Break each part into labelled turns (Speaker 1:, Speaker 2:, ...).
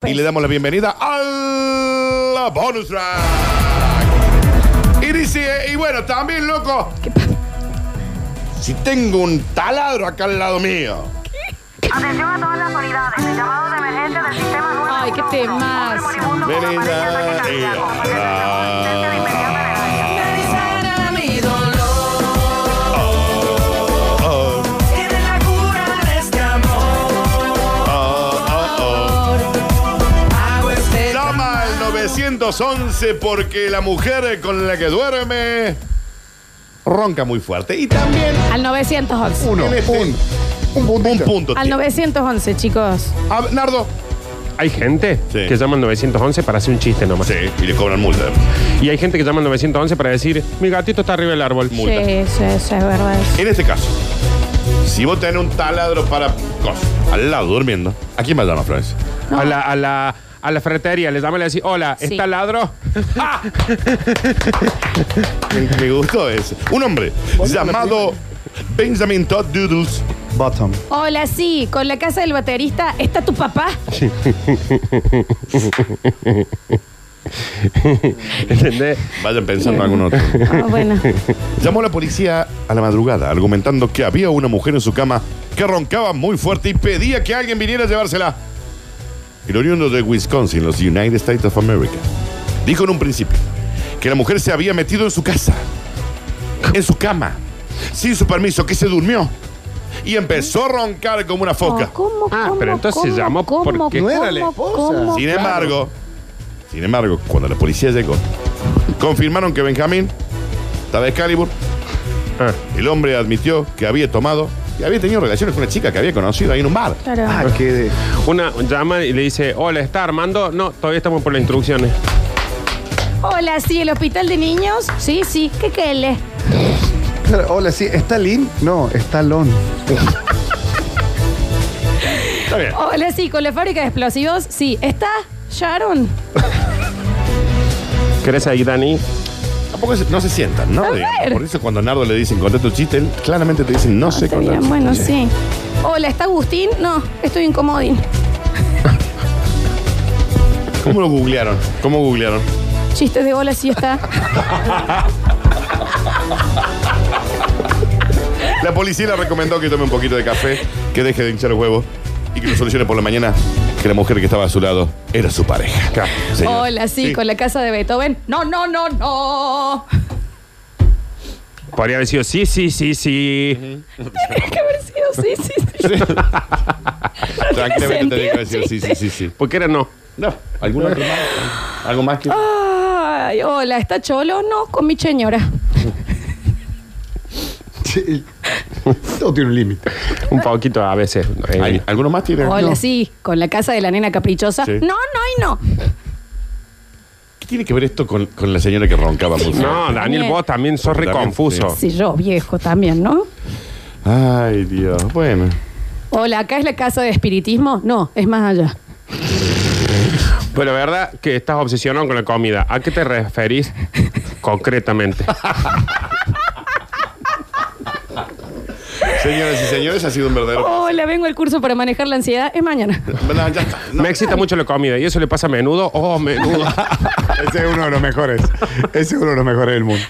Speaker 1: Y
Speaker 2: Pues.
Speaker 1: le damos la bienvenida a la bonus track. Y dice, y bueno, también, loco,
Speaker 2: ¿Qué pasa?
Speaker 1: si tengo un taladro acá al lado mío.
Speaker 3: Atención a todas las unidades. El llamado de emergencia del sistema 9.
Speaker 2: Ay, qué temas.
Speaker 1: Venida y a- Oh, oh, oh, oh. Llama al 911 porque la mujer con la que duerme ronca muy fuerte. Y también
Speaker 2: Al 911.
Speaker 1: uno,
Speaker 4: Tiene
Speaker 1: un,
Speaker 4: un
Speaker 1: un
Speaker 4: puntito.
Speaker 1: punto.
Speaker 2: Al
Speaker 1: tiene.
Speaker 2: 911, chicos.
Speaker 1: A ver, Nardo.
Speaker 5: Hay gente
Speaker 1: Sí.
Speaker 5: que llama al 911 para hacer un chiste nomás.
Speaker 1: Sí, y le cobran multa.
Speaker 5: Y hay gente que llama al 911 para decir, mi gatito está arriba del árbol.
Speaker 1: Multa.
Speaker 2: Sí, sí, sí, es verdad.
Speaker 1: En este caso, si vos tenés un taladro para cosas, al lado durmiendo, ¿a quién va a llamar, Florencia?
Speaker 5: A la, a la, a la ferretería le llama y le dice, hola,
Speaker 2: Sí.
Speaker 5: ¿está ladro? Ah.
Speaker 1: Me, me gustó ese. Un hombre llamado Benjamin Todd Doodles.
Speaker 4: Bottom.
Speaker 2: Hola, sí, con la casa del baterista, ¿está tu papá?
Speaker 5: ¿Entendés?
Speaker 1: Vayan pensando en algún otro.
Speaker 2: Ah, bueno.
Speaker 1: Llamó a la policía a la madrugada, argumentando que había una mujer en su cama que roncaba muy fuerte y pedía que alguien viniera a llevársela. El oriundo de Wisconsin, los United States of America, dijo en un principio que la mujer se había metido en su casa, en su cama, sin su permiso, que se durmió y empezó a roncar como una
Speaker 2: Oh,
Speaker 1: foca.
Speaker 2: ¿Cómo,
Speaker 5: Ah,
Speaker 2: cómo,
Speaker 5: pero entonces
Speaker 2: cómo,
Speaker 5: llamó
Speaker 2: cómo,
Speaker 5: porque-
Speaker 2: cómo,
Speaker 4: No era la
Speaker 2: cómo,
Speaker 4: esposa.
Speaker 2: cómo?
Speaker 1: Sin embargo, sin embargo, cuando la policía llegó, confirmaron que Benjamín estaba Excalibur.
Speaker 5: Ah.
Speaker 1: El hombre admitió que había tomado y había tenido relaciones con una chica que había conocido ahí en un bar.
Speaker 2: Claro.
Speaker 4: Ah, qué de-
Speaker 5: Una llama y le dice, hola, ¿está Armando? No, todavía estamos por las instrucciones.
Speaker 2: Hola, sí, el hospital de niños. Sí, sí, ¿qué quele?
Speaker 4: Claro, hola, sí, ¿está Lin? No, está Lon.
Speaker 1: Está
Speaker 4: Eh.
Speaker 1: bien.
Speaker 2: Hola, sí, con la fábrica de explosivos. Sí, ¿está Sharon?
Speaker 5: ¿Querés ahí, Dani?
Speaker 1: Tampoco se- no se sientan, ¿no?
Speaker 2: A
Speaker 1: Digamos,
Speaker 2: ver. Ah,
Speaker 1: Por eso cuando a Nardo le dicen conté tu chiste, él claramente te dicen no sé
Speaker 2: Está
Speaker 1: contar
Speaker 2: bien,
Speaker 1: tu
Speaker 2: bueno,
Speaker 1: chiste".
Speaker 2: sí. Hola, ¿está Agustín? No, estoy incomodín.
Speaker 1: ¿Cómo lo googlearon? ¿Cómo googlearon?
Speaker 2: Chistes de hola, sí está.
Speaker 1: La policía le recomendó que tome un poquito de café, que deje de hinchar los huevos y que lo solucione por la mañana que la mujer que estaba a su lado era su pareja. Señor.
Speaker 2: Hola, sí, con la casa de Beethoven. No, no, no, no.
Speaker 5: Podría haber sido, sí, sí, sí, sí.
Speaker 2: Tendría que haber sido sí, sí, sí.
Speaker 1: Tranquilamente tenía que decir sí, sí,
Speaker 2: Sentí
Speaker 1: sí, sí.
Speaker 5: ¿Por qué era no?
Speaker 1: No, ¿algún otro más? ¿Algo más que...?
Speaker 2: Ay, hola, ¿está cholo? No, con mi señora.
Speaker 4: Sí. Todo tiene un límite.
Speaker 5: Un poquito a veces. eh,
Speaker 1: ¿Al- ¿Alguno más tiene?
Speaker 2: Hola,
Speaker 1: No.
Speaker 2: sí, con la casa de la nena caprichosa.
Speaker 1: Sí.
Speaker 2: No, no y no.
Speaker 1: ¿Qué tiene que ver esto con, con la señora que roncaba mucho?
Speaker 5: No, Daniel, vos también sos re
Speaker 1: También,
Speaker 5: confuso.
Speaker 2: Sí, yo, viejo también, ¿no?
Speaker 1: Ay, Dios. Bueno.
Speaker 2: Hola, ¿acá es la casa de espiritismo? No, es más allá.
Speaker 5: Pero la verdad que estás obsesionado con la comida. ¿A qué te referís concretamente?
Speaker 1: Señoras y señores, ha sido un verdadero...
Speaker 2: Hola, vengo al curso para manejar la ansiedad. Es mañana.
Speaker 1: No, ya está. No.
Speaker 5: Me excita mucho la comida y eso le pasa a menudo. Oh, menudo.
Speaker 4: Ese es uno de los mejores. Ese es uno de los mejores del mundo.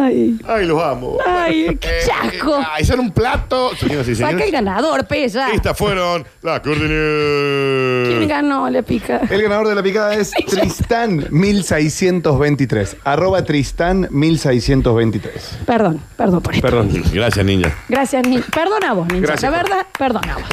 Speaker 2: Ay,
Speaker 1: Ay, los amo.
Speaker 2: ay, qué chasco.
Speaker 1: Eh, Ay, son un plato. Señoras y
Speaker 2: Saca el
Speaker 1: señores,
Speaker 2: ganador, pella.
Speaker 1: estas fueron las Curti News.
Speaker 2: ¿Quién ganó la pica?
Speaker 4: El ganador de la picada es Tristán1623. Arroba Tristán1623.
Speaker 2: Perdón, perdón por esto.
Speaker 5: Perdón.
Speaker 1: Gracias, niña.
Speaker 2: Gracias, Ni. Perdona a vos, ninja.
Speaker 5: Gracias,
Speaker 2: La
Speaker 5: Jorge.
Speaker 1: pues.
Speaker 2: verdad, perdona a vos.